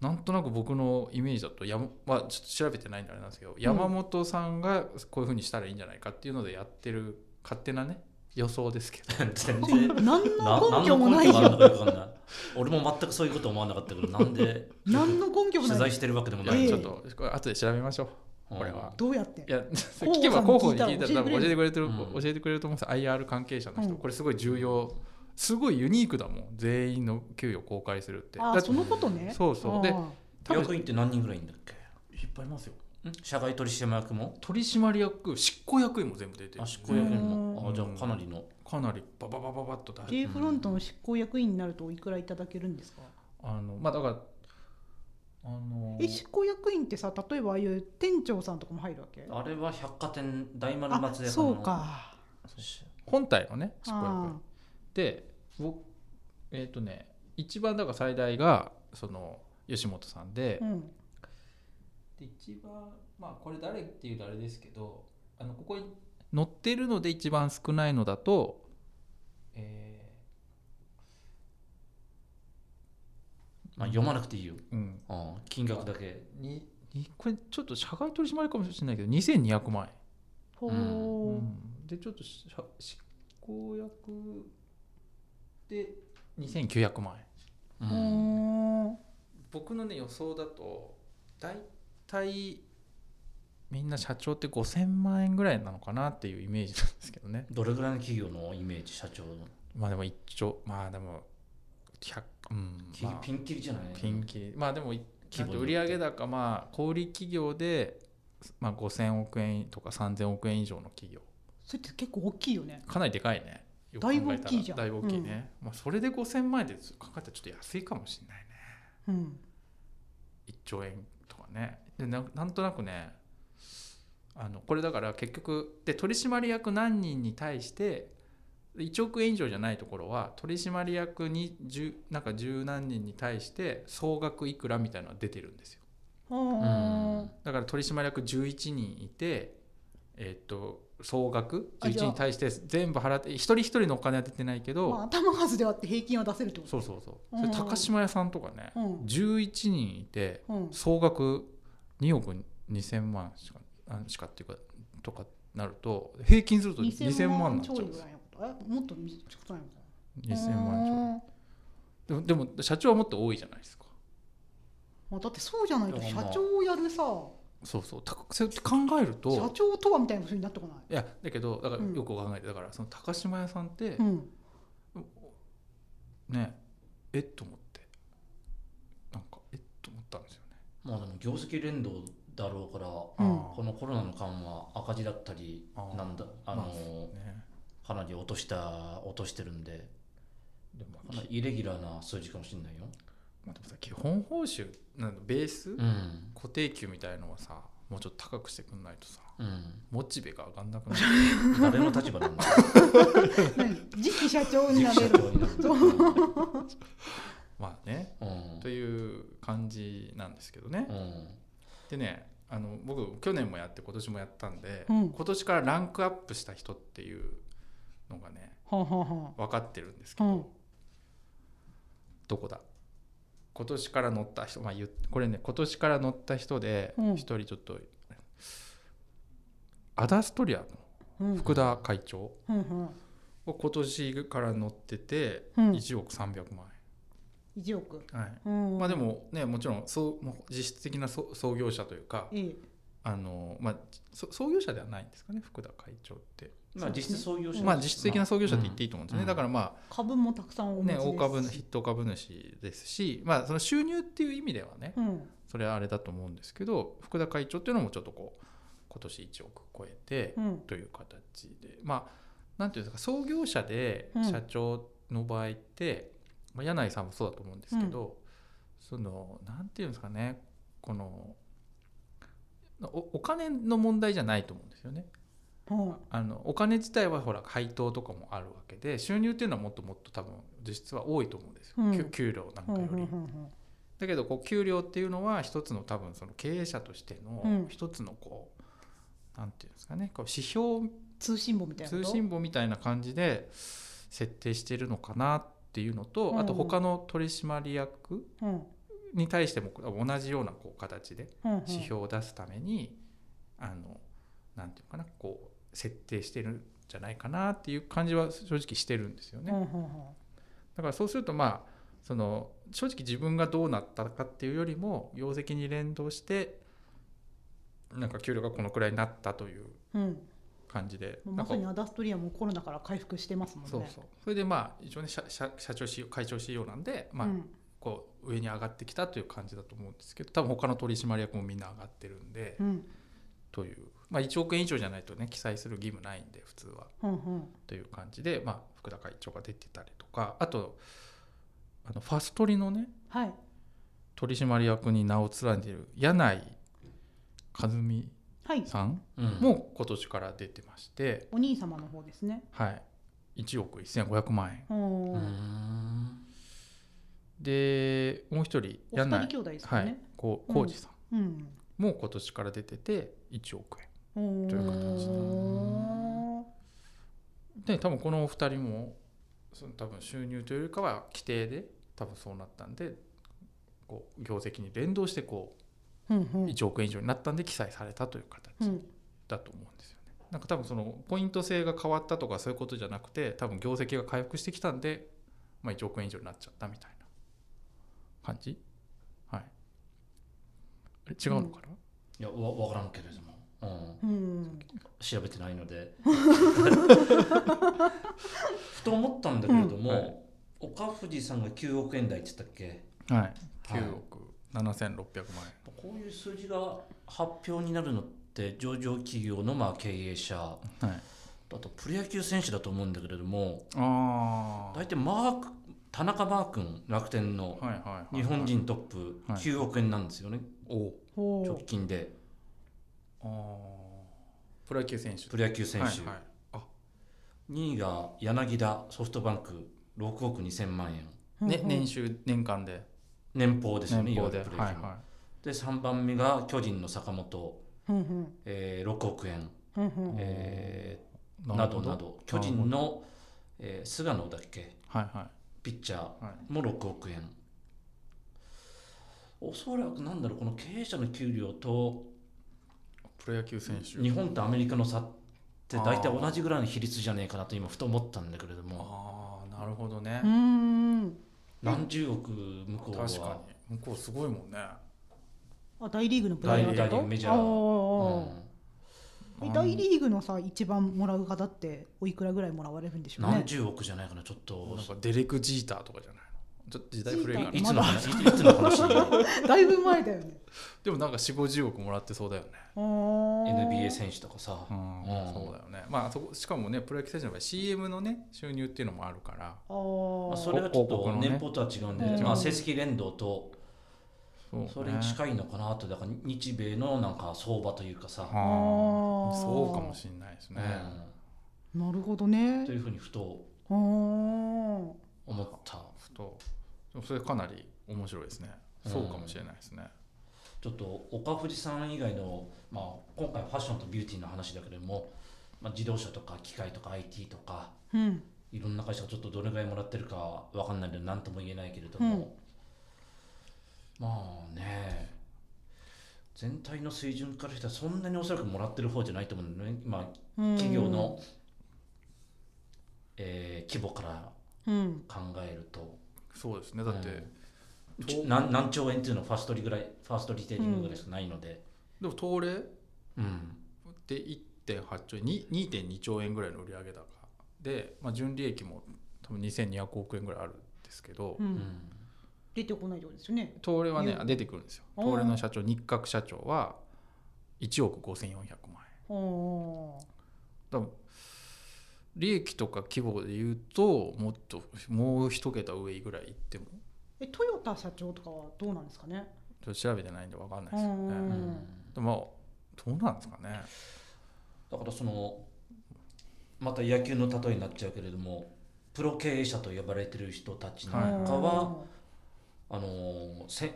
[SPEAKER 1] なんとなく僕のイメージだと山、まあ、ちょっと調べてないんであれなんですけど、山本さんがこういうふうにしたらいいんじゃないかっていうのでやってる勝手なね予想ですけど
[SPEAKER 2] 全
[SPEAKER 3] こ
[SPEAKER 2] 然
[SPEAKER 3] れ何
[SPEAKER 2] な
[SPEAKER 3] の
[SPEAKER 2] 何
[SPEAKER 3] 根拠も
[SPEAKER 2] の
[SPEAKER 3] ない
[SPEAKER 2] 根拠があるのか
[SPEAKER 3] よ。
[SPEAKER 2] よくわかんない俺も全くそういうこと思わなかったけどなんで
[SPEAKER 3] 何の根拠
[SPEAKER 2] 取
[SPEAKER 3] もな
[SPEAKER 2] 材
[SPEAKER 3] い。
[SPEAKER 2] してるわけでも
[SPEAKER 1] い
[SPEAKER 2] な
[SPEAKER 1] や
[SPEAKER 2] い
[SPEAKER 1] ち
[SPEAKER 2] ち
[SPEAKER 1] ょ
[SPEAKER 2] ょ
[SPEAKER 1] っ
[SPEAKER 2] っ
[SPEAKER 1] とこれ後で調べましょうこれは
[SPEAKER 3] どうやって
[SPEAKER 1] い？や
[SPEAKER 3] 候補さん
[SPEAKER 1] 聞けば候補に聞いたら多
[SPEAKER 3] 聞いたら教えてく
[SPEAKER 1] 分教えてくれ
[SPEAKER 3] れる
[SPEAKER 1] てる
[SPEAKER 2] うん
[SPEAKER 1] 教えてくれると思うんです IR 関係者の人、
[SPEAKER 3] うん
[SPEAKER 1] これすごい重要すごいユニークだもん全員の給与公開するってだ
[SPEAKER 3] あー
[SPEAKER 1] って
[SPEAKER 3] そのことね。
[SPEAKER 1] そうそうで
[SPEAKER 3] あー
[SPEAKER 1] 多分
[SPEAKER 2] 役員って何人ぐらいいんだっけ
[SPEAKER 1] 引っ張りますよ
[SPEAKER 2] ん社外取締役も
[SPEAKER 1] 取締役執行役員も全部出てる
[SPEAKER 2] あ執行役員も
[SPEAKER 1] う
[SPEAKER 2] あ
[SPEAKER 1] ん
[SPEAKER 2] じゃあかなりの
[SPEAKER 1] かなりバババババッと出して
[SPEAKER 3] J フロントの執行役員になるとおいくらいただけるんですか？
[SPEAKER 1] あのまあだからあの
[SPEAKER 3] え執行役員ってさ例えばああいう店長さんとかも入るわけ？
[SPEAKER 2] あれは百貨店大丸
[SPEAKER 3] あ
[SPEAKER 2] 松屋
[SPEAKER 3] そうか。
[SPEAKER 1] 本体のね執行役
[SPEAKER 3] あ
[SPEAKER 1] 員で僕えっ、とね一番だから最大がその吉本さんで
[SPEAKER 3] う、ん
[SPEAKER 1] で一番まあこれ誰っていうとあれですけどあのここに載ってるので一番少ないのだとえ
[SPEAKER 2] まあ、読まなくていいよ、
[SPEAKER 1] ーうん
[SPEAKER 2] うん、金額だけ
[SPEAKER 1] ににこれちょっと社外取締役かもしれないけど2200万円
[SPEAKER 3] ほ
[SPEAKER 1] う、
[SPEAKER 3] うん
[SPEAKER 1] でちょっとしゃ執行役で2900万円
[SPEAKER 2] う
[SPEAKER 3] ほ
[SPEAKER 2] ん
[SPEAKER 3] ー
[SPEAKER 1] 僕のね予想だと大体みんな社長って5000万円ぐらいなのかなっていうイメージなんですけどね
[SPEAKER 2] どれぐらいの企業のイメージ社長の、
[SPEAKER 1] まあでも一丁まあでも100うん、
[SPEAKER 2] き
[SPEAKER 1] まあ、
[SPEAKER 2] ピンキリじゃない
[SPEAKER 1] ピンキリまあでもい
[SPEAKER 2] 規模によ
[SPEAKER 1] 売
[SPEAKER 2] って
[SPEAKER 1] 上高まあ小売企業で、まあ、5000億円とか3000億円以上の企業
[SPEAKER 3] それって結構大きいよね
[SPEAKER 1] かなりでかいねよく考えたら
[SPEAKER 3] だいぶ大きいじゃん
[SPEAKER 1] だいぶ大きいね、まあ、それで5000万円で考えたらちょっと安いかもしれないね
[SPEAKER 3] うん
[SPEAKER 1] 1兆円とかねでなんなんとなくねあのこれだから結局で取締役何人に対して1億円以上じゃないところは取締役に10なんか十何人に対して総額いくらみたいなのが出てるんですよ
[SPEAKER 3] ほ
[SPEAKER 2] う
[SPEAKER 3] ー
[SPEAKER 2] ん
[SPEAKER 1] だから取締役11人いてえっと総額
[SPEAKER 3] あ
[SPEAKER 1] 11
[SPEAKER 3] じ
[SPEAKER 1] 人
[SPEAKER 3] ゃあ
[SPEAKER 1] に対して全部払って一人一人のお金は出てないけど、
[SPEAKER 3] まあ頭数であって平均は出せるってこと
[SPEAKER 1] そうそうそうそれ
[SPEAKER 3] うん
[SPEAKER 1] 高島屋さんとかね、
[SPEAKER 3] うん
[SPEAKER 1] 11人いて
[SPEAKER 3] うん
[SPEAKER 1] 総額2億2000万しかあしかっていうかとかなると平均すると2000万になっちゃ
[SPEAKER 3] ちょ
[SPEAKER 1] う
[SPEAKER 3] い
[SPEAKER 1] んで
[SPEAKER 3] ぐ
[SPEAKER 1] すよ
[SPEAKER 3] らいのことえもっと短くないのか
[SPEAKER 1] 2000万ちょいでもでも社長はもっと多いじゃないですか
[SPEAKER 3] まあ、だってそうじゃないと
[SPEAKER 2] いや
[SPEAKER 3] 社
[SPEAKER 2] まあ
[SPEAKER 3] 長をやるさ
[SPEAKER 1] そうそう高そうやって考える
[SPEAKER 3] 社
[SPEAKER 1] と
[SPEAKER 3] 長とはみたいなふうになってこない、
[SPEAKER 1] いやだけどだから
[SPEAKER 3] うん
[SPEAKER 1] よく考えてだからその高島屋さんって
[SPEAKER 3] うん、
[SPEAKER 1] ねえっと思ってなんかえっと思ったんですよね
[SPEAKER 2] まあでも業績連動だろうから
[SPEAKER 3] うん
[SPEAKER 1] あー
[SPEAKER 2] このコロナの緩和赤字だったり
[SPEAKER 1] あー
[SPEAKER 2] なんだあ
[SPEAKER 1] ま
[SPEAKER 2] の
[SPEAKER 1] ね
[SPEAKER 2] かなり落とした落としてるんで
[SPEAKER 1] でも
[SPEAKER 2] かなりイレギュラーな数字かもしれないよ
[SPEAKER 1] まあ、でもさ基本報酬なんだベース、
[SPEAKER 2] うん
[SPEAKER 1] 固定給みたいのはさもうちょっと高くしてくんないとさ
[SPEAKER 2] うん
[SPEAKER 1] モチベが上がんなくなる
[SPEAKER 2] 誰の立場 なんだ
[SPEAKER 3] 何次期社長に
[SPEAKER 2] 次
[SPEAKER 3] な
[SPEAKER 2] 期
[SPEAKER 3] れ
[SPEAKER 2] 社
[SPEAKER 3] る
[SPEAKER 2] 長になる
[SPEAKER 1] まあね
[SPEAKER 2] うん
[SPEAKER 1] という感じなんですけどね、
[SPEAKER 2] うん
[SPEAKER 1] でねあの僕去年もやって今年もやったんで、
[SPEAKER 3] うん
[SPEAKER 1] 今年からランクアップした人っていうのがね
[SPEAKER 3] はあ、はあは
[SPEAKER 1] 分かってるんですけど、
[SPEAKER 3] うん
[SPEAKER 1] どこだ今年から乗った人、まあ、言っこれね今年から乗った人で
[SPEAKER 3] うん
[SPEAKER 1] 一人ちょっと、アダストリア
[SPEAKER 3] あうん
[SPEAKER 1] の福田会長、
[SPEAKER 3] うんうん
[SPEAKER 1] 今年から乗ってて
[SPEAKER 3] うん
[SPEAKER 1] 1億300万
[SPEAKER 3] 1億、
[SPEAKER 1] 円、はい
[SPEAKER 3] うん
[SPEAKER 1] まあ、でもねもちろんそうもう実質的な創創業者というか
[SPEAKER 3] ええ
[SPEAKER 1] あの、まあ、そ創業者ではないんですかね福田会長って、
[SPEAKER 2] まあ実質創業者
[SPEAKER 1] まあ、実質的な創業者って言ってい
[SPEAKER 2] い
[SPEAKER 1] いと思うんですね、
[SPEAKER 2] うん
[SPEAKER 1] だからま
[SPEAKER 3] 株もたくさんお
[SPEAKER 1] あ
[SPEAKER 3] 持ちで
[SPEAKER 1] ね
[SPEAKER 3] す
[SPEAKER 1] 大株筆頭株主ですし、まあ、その収入っていう意味ではね
[SPEAKER 3] うん
[SPEAKER 1] それはあれだと思うんですけど福田会長っていうのもちょっとこう今年1億超えて、
[SPEAKER 3] うん
[SPEAKER 1] という形でまあなんていうんですか創業者で
[SPEAKER 3] うん
[SPEAKER 1] 社長の場合って、まあ、柳井さんもそうだと思うんですけど、そのなんていうんですかねこのおお金の問題じゃないと思うんですよね。
[SPEAKER 3] うん
[SPEAKER 1] あのお金自体はほら配当とかもあるわけで収入っていうのはもっともっと多分実質は多いと思うんですよ、
[SPEAKER 3] うん
[SPEAKER 1] 給給料なんか
[SPEAKER 3] うんう
[SPEAKER 1] よ
[SPEAKER 3] ん
[SPEAKER 1] り。
[SPEAKER 3] うん
[SPEAKER 1] だけどこう給料っていうのは一つの多分その経営者として
[SPEAKER 3] う
[SPEAKER 1] の
[SPEAKER 3] ん
[SPEAKER 1] 一つのこう、なんていうんですかねこう指標
[SPEAKER 3] 通信簿みたいなこ
[SPEAKER 1] 通
[SPEAKER 3] と
[SPEAKER 1] 信簿みたいな感じで設定してるのかなっていうのと、
[SPEAKER 3] うん
[SPEAKER 1] あと他の取締役
[SPEAKER 3] うん
[SPEAKER 1] に対しても同じようなこう形で
[SPEAKER 3] うんうん
[SPEAKER 1] 指標を出すために、あのなんていうのかなこう設定してるんじゃないかなっていう感じは正直してるんですよね。
[SPEAKER 3] うんうん
[SPEAKER 1] だからそうするとまあその正直自分がどうなったかっていうよりも業績に連動してなんか給料がこのくらいになったという
[SPEAKER 3] うんうん
[SPEAKER 1] 感じで
[SPEAKER 3] もう
[SPEAKER 1] な
[SPEAKER 3] ま
[SPEAKER 1] んか
[SPEAKER 3] さにアダストリアもコロナから回復してますもんね
[SPEAKER 1] そうそうそれでまあ一応ね社社社長 CEO 会長 CEO なんで、まあ
[SPEAKER 3] うん
[SPEAKER 1] こう上に上がってきたという感じだと思うんですけど多分他の取締役もみんな上がってるんで、
[SPEAKER 3] うん
[SPEAKER 1] という、まあ、1億円以上じゃないとね記載する義務ないんで普通は
[SPEAKER 3] うんうん
[SPEAKER 1] という感じで、まあ、福田会長が出てたりとかあとあのファストリのね
[SPEAKER 3] はい
[SPEAKER 1] 取締役に名を連ねている柳井和美
[SPEAKER 3] はい
[SPEAKER 1] さん
[SPEAKER 2] うん
[SPEAKER 1] も今年から出てまして、
[SPEAKER 3] お兄様の方ですね
[SPEAKER 1] はい、1億1500万円
[SPEAKER 3] うん
[SPEAKER 2] うん
[SPEAKER 1] でもう一人
[SPEAKER 3] お二
[SPEAKER 1] 柳
[SPEAKER 3] 人
[SPEAKER 1] 井
[SPEAKER 3] 兄弟です
[SPEAKER 1] は
[SPEAKER 3] よ
[SPEAKER 1] い
[SPEAKER 3] ね。、
[SPEAKER 1] こう
[SPEAKER 3] うん
[SPEAKER 1] 浩二さん、
[SPEAKER 3] うん。
[SPEAKER 1] もう今年から出てて1億円
[SPEAKER 3] おー
[SPEAKER 1] という形だで多分このお二人もその多分収入というよりかは規定で多分そうなったんでこう業績に連動してこ
[SPEAKER 3] うん
[SPEAKER 1] う
[SPEAKER 3] うん
[SPEAKER 1] 1億円以上になったんで記載されたという形
[SPEAKER 3] うん
[SPEAKER 1] だと思うんですよね。なんか多分そのポイント制が変わったとかそういうことじゃなくて多分業績が回復してきたんで、まあ、1億円以上になっちゃったみたいな感じはい。あれ違うのかな、
[SPEAKER 2] いやわわからんけれども、うん、
[SPEAKER 3] うん
[SPEAKER 2] 調べてないのでふと思ったんだけれども、
[SPEAKER 1] うんはい
[SPEAKER 2] 岡藤さんが9億円台って言ったっけ
[SPEAKER 1] はい、9億7600万円。
[SPEAKER 2] こういう数字が発表になるのって上場企業のまあ経営者あ
[SPEAKER 1] はい、
[SPEAKER 2] とプロ野球選手だと思うんだけれども
[SPEAKER 1] ああ
[SPEAKER 2] 大体マーク田中マー君楽天
[SPEAKER 1] は
[SPEAKER 2] の
[SPEAKER 1] いはいはいはい
[SPEAKER 2] 日本人トップ
[SPEAKER 1] はい
[SPEAKER 2] 9億円なんですよね、お
[SPEAKER 3] ほう
[SPEAKER 2] 直近で
[SPEAKER 1] あープロ野球選手
[SPEAKER 2] プロ野球選手、
[SPEAKER 1] はいはい
[SPEAKER 2] 2位が柳田ソフトバンク6億2000万円
[SPEAKER 3] うん
[SPEAKER 1] ね
[SPEAKER 3] うん
[SPEAKER 1] 年収年間で
[SPEAKER 2] 年俸ですよね
[SPEAKER 1] 年俸で、
[SPEAKER 2] い
[SPEAKER 1] はい
[SPEAKER 2] わゆるプロ野球の
[SPEAKER 1] は
[SPEAKER 2] で3番目が巨人の坂本、
[SPEAKER 3] うんうん
[SPEAKER 2] えー6億円、
[SPEAKER 3] うんうん
[SPEAKER 2] え
[SPEAKER 1] い、
[SPEAKER 2] ーなど
[SPEAKER 1] ど
[SPEAKER 2] など巨人の、えー菅野だっけ
[SPEAKER 1] はいは
[SPEAKER 2] ピッチャ
[SPEAKER 1] いはい
[SPEAKER 2] ーも6億円おそらくなんだろうこの経営者の給料と
[SPEAKER 1] プロ野球選手
[SPEAKER 2] 日本とアメリカの差って大体同じぐらいの比率じゃねえかなと今ふと思ったんだけれども
[SPEAKER 1] ああなるほどね
[SPEAKER 3] う、ん
[SPEAKER 2] 何十億向こう
[SPEAKER 1] 確か
[SPEAKER 2] は、
[SPEAKER 1] に向こうすごいもんね
[SPEAKER 3] あ大リーグのプレイヤ
[SPEAKER 1] 大
[SPEAKER 3] ー
[SPEAKER 1] リーグ
[SPEAKER 2] 大リーグメジャー
[SPEAKER 3] あー
[SPEAKER 2] う
[SPEAKER 3] え大リーグのさ一番もらう方っておいくらぐらいもらわれるんでし
[SPEAKER 2] ん、
[SPEAKER 3] ょうね
[SPEAKER 2] 何十億じゃないかなちょっと
[SPEAKER 1] なんかデレク・ジーターとかじゃないのちょっと時代古いか
[SPEAKER 2] い
[SPEAKER 1] ら
[SPEAKER 2] いつ
[SPEAKER 3] ま
[SPEAKER 2] の
[SPEAKER 3] だ
[SPEAKER 2] 話いいつの話
[SPEAKER 3] だいぶ前だよね
[SPEAKER 1] でもなんか4 5 0億もらってそうだよね
[SPEAKER 3] あー
[SPEAKER 2] NBA 選手とかさ、
[SPEAKER 1] うん
[SPEAKER 2] うん
[SPEAKER 1] そうだよねまあそこしかもねプロ野球選手の場合 CM のね収入っていうのもあるから
[SPEAKER 3] あ
[SPEAKER 2] まあ、
[SPEAKER 3] ー
[SPEAKER 2] それはちょっ
[SPEAKER 1] 広告
[SPEAKER 2] と
[SPEAKER 1] のね
[SPEAKER 2] 年俸とは違うんで、
[SPEAKER 3] うん
[SPEAKER 2] まあ、成績連動と
[SPEAKER 1] そうね
[SPEAKER 2] それに近いのかなとだから日米のなんか相場というかさ、
[SPEAKER 1] ああ
[SPEAKER 3] あー
[SPEAKER 1] そうかもしれないです
[SPEAKER 2] う
[SPEAKER 1] ね、
[SPEAKER 2] ん、
[SPEAKER 3] なるほどね
[SPEAKER 2] というふうにふと
[SPEAKER 3] あー
[SPEAKER 2] 思った
[SPEAKER 1] ふとでもそれかなり面白いですねそうかもしれないですね、
[SPEAKER 2] ちょっと岡藤さん以外の、まあ、今回ファッションとビューティーの話だけれども、まあ、自動車とか機械とか IT とか
[SPEAKER 3] うん
[SPEAKER 2] いろんな会社がちょっとどれぐらいもらってるかわかんないので何とも言えないけれども、まあね全体の水準からしたらそんなにおそらくもらってる方じゃないと思うんだよね今
[SPEAKER 3] うん
[SPEAKER 2] 企業の、えー規模から
[SPEAKER 3] うん
[SPEAKER 2] 考えると
[SPEAKER 1] そうですねだって、
[SPEAKER 2] うん
[SPEAKER 1] と
[SPEAKER 2] ち何何兆円っていうのはファーストリぐらいファーストリテイリングぐらいしかないので、
[SPEAKER 1] でも東レ
[SPEAKER 2] うん
[SPEAKER 1] で1.8兆円に2.2兆円ぐらいの売上高で、まあ、純利益も多分2200億円ぐらいあるんですけど、
[SPEAKER 3] う
[SPEAKER 2] うん
[SPEAKER 3] ん出てこないようですよね
[SPEAKER 1] 東レはね
[SPEAKER 3] うん
[SPEAKER 1] 出てくるんですよ
[SPEAKER 3] あー
[SPEAKER 1] 東レの社長日角社長は1億5400万円
[SPEAKER 3] あー
[SPEAKER 1] 多分利益とか規模で言うともっともう一桁上ぐらいいっても
[SPEAKER 3] えトヨタ社長とかはどうなんですかね
[SPEAKER 1] ちょっと調べてないんで分かんないですよ
[SPEAKER 3] う
[SPEAKER 2] うん
[SPEAKER 1] ね。
[SPEAKER 2] ん
[SPEAKER 1] でもどうなんですかね。
[SPEAKER 2] だからそのまた野球の例えになっちゃうけれどもプロ経営者と呼ばれてる人たちの
[SPEAKER 1] はい
[SPEAKER 2] 中は、あのーせ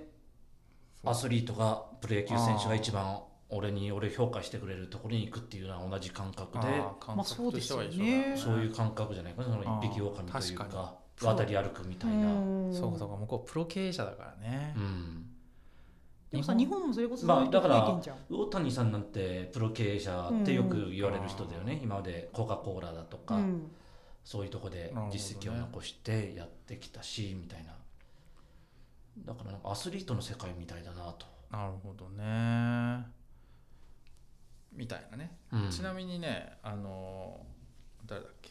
[SPEAKER 2] アスリートがプロ野球選手が一番俺に俺評価してくれるところに行くっていうのは同じ感覚で
[SPEAKER 1] あー感
[SPEAKER 3] まあそ
[SPEAKER 1] 覚と
[SPEAKER 3] うで
[SPEAKER 1] し
[SPEAKER 3] す
[SPEAKER 1] ては
[SPEAKER 3] よ
[SPEAKER 1] 一
[SPEAKER 3] ね
[SPEAKER 1] 緒だよね
[SPEAKER 2] そういう感覚じゃないかなその
[SPEAKER 1] あー
[SPEAKER 2] 一匹狼というか
[SPEAKER 1] 確か
[SPEAKER 2] 渡り歩くみたいな。
[SPEAKER 3] うん
[SPEAKER 1] そうかそうか向こうプロ経営者だからね
[SPEAKER 2] う。ん
[SPEAKER 3] でもさ日本もそれこそ
[SPEAKER 2] ま
[SPEAKER 3] そ
[SPEAKER 2] あ
[SPEAKER 3] ういうとこ
[SPEAKER 2] だから
[SPEAKER 3] いけんじゃん、
[SPEAKER 2] 魚谷さんなんてプロ経営者ってよく言われる人だよね、今までコカ・コーラだとか、
[SPEAKER 3] うん
[SPEAKER 2] そういうとこで
[SPEAKER 1] なるほどね
[SPEAKER 2] 実績を残してやってきたし、みたいなだからなんかアスリートの世界みたいだなと、
[SPEAKER 1] なるほどね。みたいなね。
[SPEAKER 2] うん
[SPEAKER 1] ちなみにねあのー誰だっけ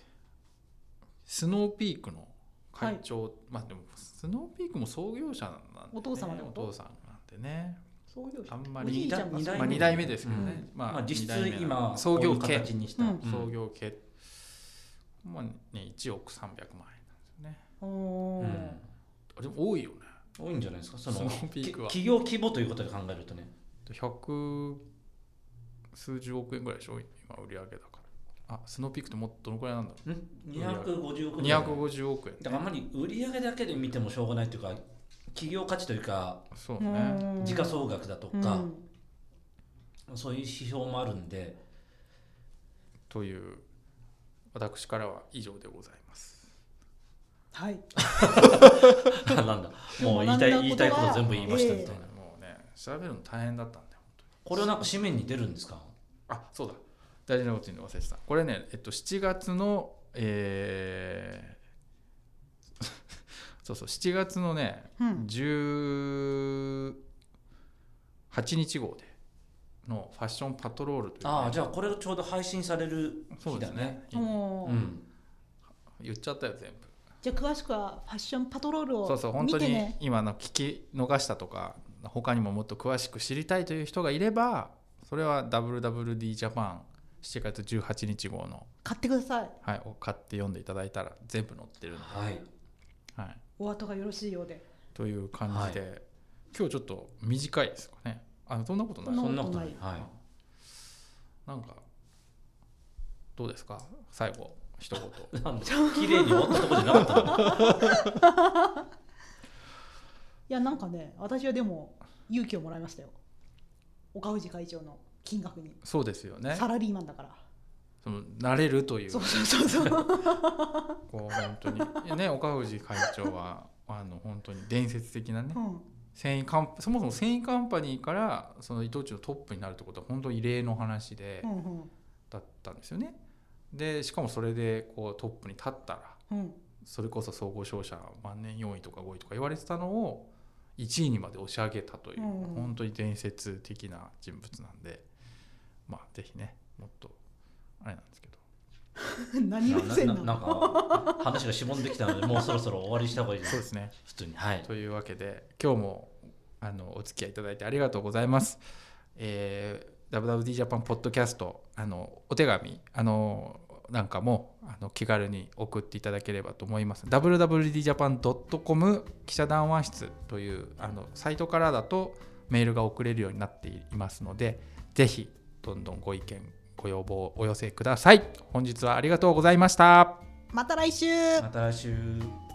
[SPEAKER 1] スノーピークの会長、まあでもスノーピークも創業者なんだ、ね、
[SPEAKER 3] お父様の
[SPEAKER 1] お
[SPEAKER 3] こと
[SPEAKER 1] 父さんなんでね
[SPEAKER 3] そういう
[SPEAKER 1] あんま
[SPEAKER 3] おじ
[SPEAKER 1] り
[SPEAKER 3] いちゃんが
[SPEAKER 2] 二代
[SPEAKER 1] まあ、2代目ですけどね、
[SPEAKER 2] まあ、実質
[SPEAKER 1] 二代目な
[SPEAKER 2] 今
[SPEAKER 1] 創業
[SPEAKER 2] こういう
[SPEAKER 1] 系
[SPEAKER 2] 形にした、
[SPEAKER 3] うん
[SPEAKER 1] 創業系、まあね1億300万円なんですよね
[SPEAKER 3] お
[SPEAKER 2] う
[SPEAKER 3] ー
[SPEAKER 2] ん
[SPEAKER 1] あでも多いよね
[SPEAKER 2] 多いんじゃないですかそ
[SPEAKER 1] ス
[SPEAKER 2] の
[SPEAKER 1] ノーピークは
[SPEAKER 2] き企業規模ということで考えるとね
[SPEAKER 1] 100数十億円ぐらいでしょ今売り上げだからあスノーピークってもっとどのくらいなんだろ
[SPEAKER 2] 250億
[SPEAKER 1] う
[SPEAKER 2] ぐらい
[SPEAKER 1] 250億円
[SPEAKER 2] だからあんまり売り上げだけで見てもしょうがないというか企業価値というか
[SPEAKER 1] そうね
[SPEAKER 2] 時価総額だと
[SPEAKER 3] うん
[SPEAKER 2] か、そういう指標もある んで
[SPEAKER 1] という私からは以上でございます
[SPEAKER 3] はい
[SPEAKER 2] あなんだもう言いたい
[SPEAKER 3] 学んだことは
[SPEAKER 2] 言いたいこと全部言いましたみ
[SPEAKER 3] え
[SPEAKER 2] たいな、
[SPEAKER 1] もうね調べるの大変だったんだよ
[SPEAKER 2] これはなんか紙面に出るんですか
[SPEAKER 1] あそうだ大事なこと言うの忘れてたこれね、えっと、7月のえー そうそう7月のね、
[SPEAKER 3] うん
[SPEAKER 1] 18日号でのファッションパトロールというね、
[SPEAKER 2] ああじゃあこれちょうど配信される
[SPEAKER 1] そう
[SPEAKER 2] 日
[SPEAKER 1] で
[SPEAKER 2] だ
[SPEAKER 1] す
[SPEAKER 2] ね
[SPEAKER 1] ねいいね
[SPEAKER 3] も
[SPEAKER 2] う、
[SPEAKER 3] うん
[SPEAKER 1] 言っちゃったよ全部
[SPEAKER 3] じゃあ詳しくはファッションパトロール
[SPEAKER 1] そうそう
[SPEAKER 3] を
[SPEAKER 1] 本
[SPEAKER 3] 見
[SPEAKER 1] 当
[SPEAKER 3] て
[SPEAKER 1] に
[SPEAKER 3] ね
[SPEAKER 1] 今の聞き逃したとか他にももっと詳しく知りたいという人がいればそれは WWD ジャパン7月18日号の、
[SPEAKER 3] 買ってください
[SPEAKER 1] はい、を買って読んでいただいたら全部載ってるんで、
[SPEAKER 2] はい
[SPEAKER 1] はい、
[SPEAKER 3] お後がよろしいようで
[SPEAKER 1] という感じで、今日ちょっと短いですかねあそんなことない
[SPEAKER 3] そんな
[SPEAKER 2] そんなことない
[SPEAKER 3] こと
[SPEAKER 2] はい
[SPEAKER 1] なんかどうですか最後一言
[SPEAKER 2] なんだ綺麗に終わったとこじゃなかったの
[SPEAKER 3] いやなんかね私はでも勇気をもらいましたよ岡藤会長の金額に
[SPEAKER 1] そうですよね
[SPEAKER 3] サラリーマンだから
[SPEAKER 1] その慣れるという
[SPEAKER 3] そうそうそうそう
[SPEAKER 1] こう本当にいやね岡藤会長はあの本当に伝説的なね
[SPEAKER 3] うん
[SPEAKER 1] 繊維カンそもそも繊維カンパニーからその伊藤忠のトップになるってことは本当に異例の話で、
[SPEAKER 3] うんうん
[SPEAKER 1] だったんですよね。でしかもそれでこうトップに立ったら
[SPEAKER 3] うん
[SPEAKER 1] それこそ総合商社万年4位とか5位とか言われてたのを1位にまで押し上げたという、
[SPEAKER 3] うんうん
[SPEAKER 1] 本当に伝説的な人物なんでまあぜひねもっとあれなんですけど
[SPEAKER 3] 何目線
[SPEAKER 2] な
[SPEAKER 3] な
[SPEAKER 2] なな
[SPEAKER 3] の
[SPEAKER 2] んか話がしぼんできたのでもうそろそろ終わりした方がいいです
[SPEAKER 1] そうですね
[SPEAKER 2] 普通にはい
[SPEAKER 1] というわけで今日もあのお付き合いいただいてありがとうございます。えー、WWD ジャパンポッドキャストあのお手紙あのなんかもあの気軽に送っていただければと思います。www.japan.com 記者談話室というあのサイトからだとメールが送れるようになっていますのでぜひどんどんご意見ご要望をお寄せください。本日はありがとうございました。
[SPEAKER 3] また来週
[SPEAKER 2] また来週